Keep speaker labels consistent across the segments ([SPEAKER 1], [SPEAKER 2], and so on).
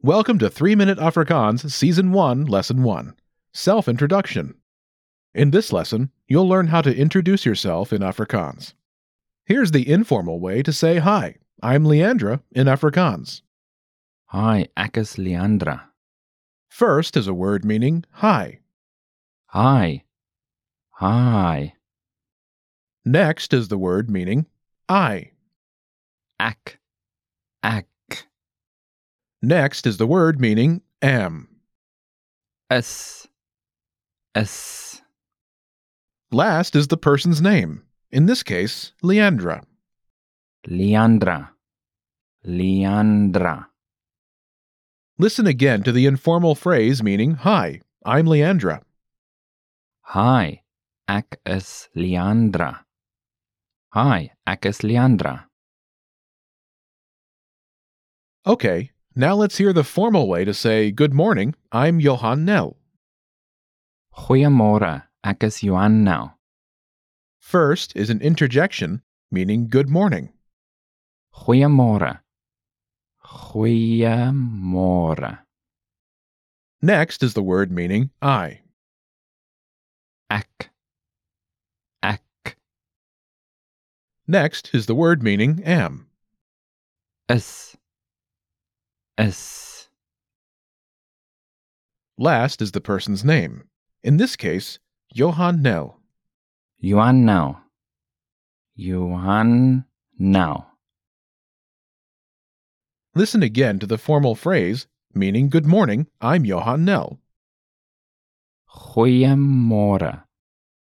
[SPEAKER 1] Welcome to 3 Minute Afrikaans, Season 1, Lesson 1 Self Introduction. In this lesson, you'll learn how to introduce yourself in Afrikaans. Here's the informal way to say hi. I'm Leandra in Afrikaans.
[SPEAKER 2] Hi, ek is Leandra.
[SPEAKER 1] First is a word meaning hi.
[SPEAKER 2] Hi. Hi,
[SPEAKER 1] Next is the word meaning I.
[SPEAKER 2] ek. Ek
[SPEAKER 1] Next is the word meaning am.
[SPEAKER 2] is. Is.
[SPEAKER 1] Last is the person's name, in this case, Leandra.
[SPEAKER 2] Leandra. Leandra.
[SPEAKER 1] Listen again to the informal phrase meaning hi. I'm Leandra.
[SPEAKER 2] Hi, ek is Leandra. Hi, ek is Leandra.
[SPEAKER 1] Okay, now let's hear the formal way to say good morning. I'm Johan Nell.
[SPEAKER 2] Goeiemôre, ek is Johan nou.
[SPEAKER 1] First is an interjection meaning good morning.
[SPEAKER 2] Goeiemôre. Goeiemôre.
[SPEAKER 1] Next is the word meaning I.
[SPEAKER 2] Ek. Ek
[SPEAKER 1] Next is the word meaning am.
[SPEAKER 2] is. Is.
[SPEAKER 1] Last is the person's name. In this case, Johan Nell.
[SPEAKER 2] Yuan now. Yuan now.
[SPEAKER 1] Listen again to the formal phrase meaning good morning. I'm Johan Nell.
[SPEAKER 2] Goeiemorgen.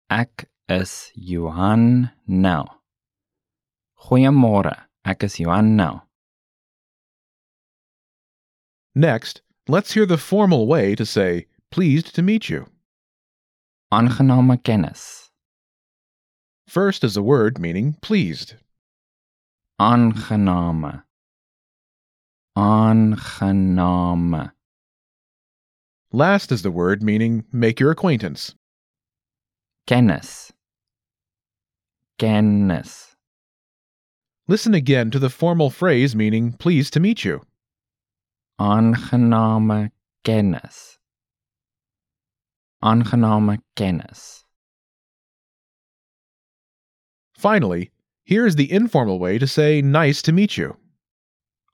[SPEAKER 2] Ek is Yuan now. Goeiemorgen. Ek is Yuan now.
[SPEAKER 1] Next, let's hear the formal way to say pleased to meet you.
[SPEAKER 2] Aangename kennis.
[SPEAKER 1] First is a word meaning pleased.
[SPEAKER 2] Aangename. Aangename.
[SPEAKER 1] Last is the word meaning make your acquaintance.
[SPEAKER 2] Kennis. Kennis.
[SPEAKER 1] Listen again to the formal phrase meaning pleased to meet you.
[SPEAKER 2] Aangename kennis. Aangename kennis.
[SPEAKER 1] Finally, here is the informal way to say nice to meet you.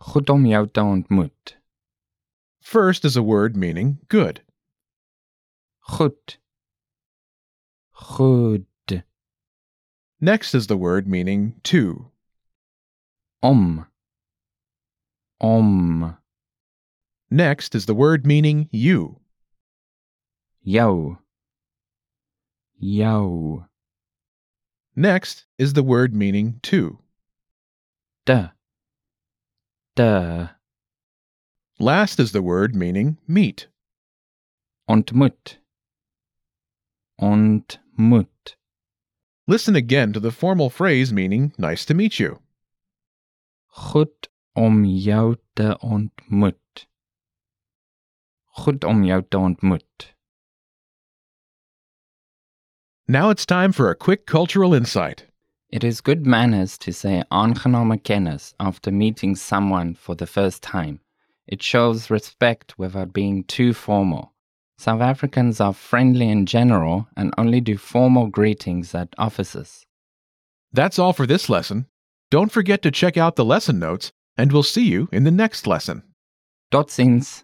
[SPEAKER 2] Goed om jou te ontmoet.
[SPEAKER 1] First is a word meaning good.
[SPEAKER 2] Goed. Goed.
[SPEAKER 1] Next is the word meaning to.
[SPEAKER 2] Om. Om.
[SPEAKER 1] Next is the word meaning you.
[SPEAKER 2] Jou. Jou.
[SPEAKER 1] Next is the word meaning to.
[SPEAKER 2] Te. Te.
[SPEAKER 1] Last is the word meaning meet.
[SPEAKER 2] Ontmoet. Ontmoet.
[SPEAKER 1] Listen again to the formal phrase meaning nice to meet you.
[SPEAKER 2] Goed om jou te ontmoet. Goed om jou te ontmoet.
[SPEAKER 1] Now it's time for a quick cultural insight.
[SPEAKER 2] It is good manners to say aangename kennis after meeting someone for the first time. It shows respect without being too formal. South Africans are friendly in general and only do formal greetings at offices.
[SPEAKER 1] That's all for this lesson. Don't forget to check out the lesson notes, and we'll see you in the next lesson.
[SPEAKER 2] Dot ziens.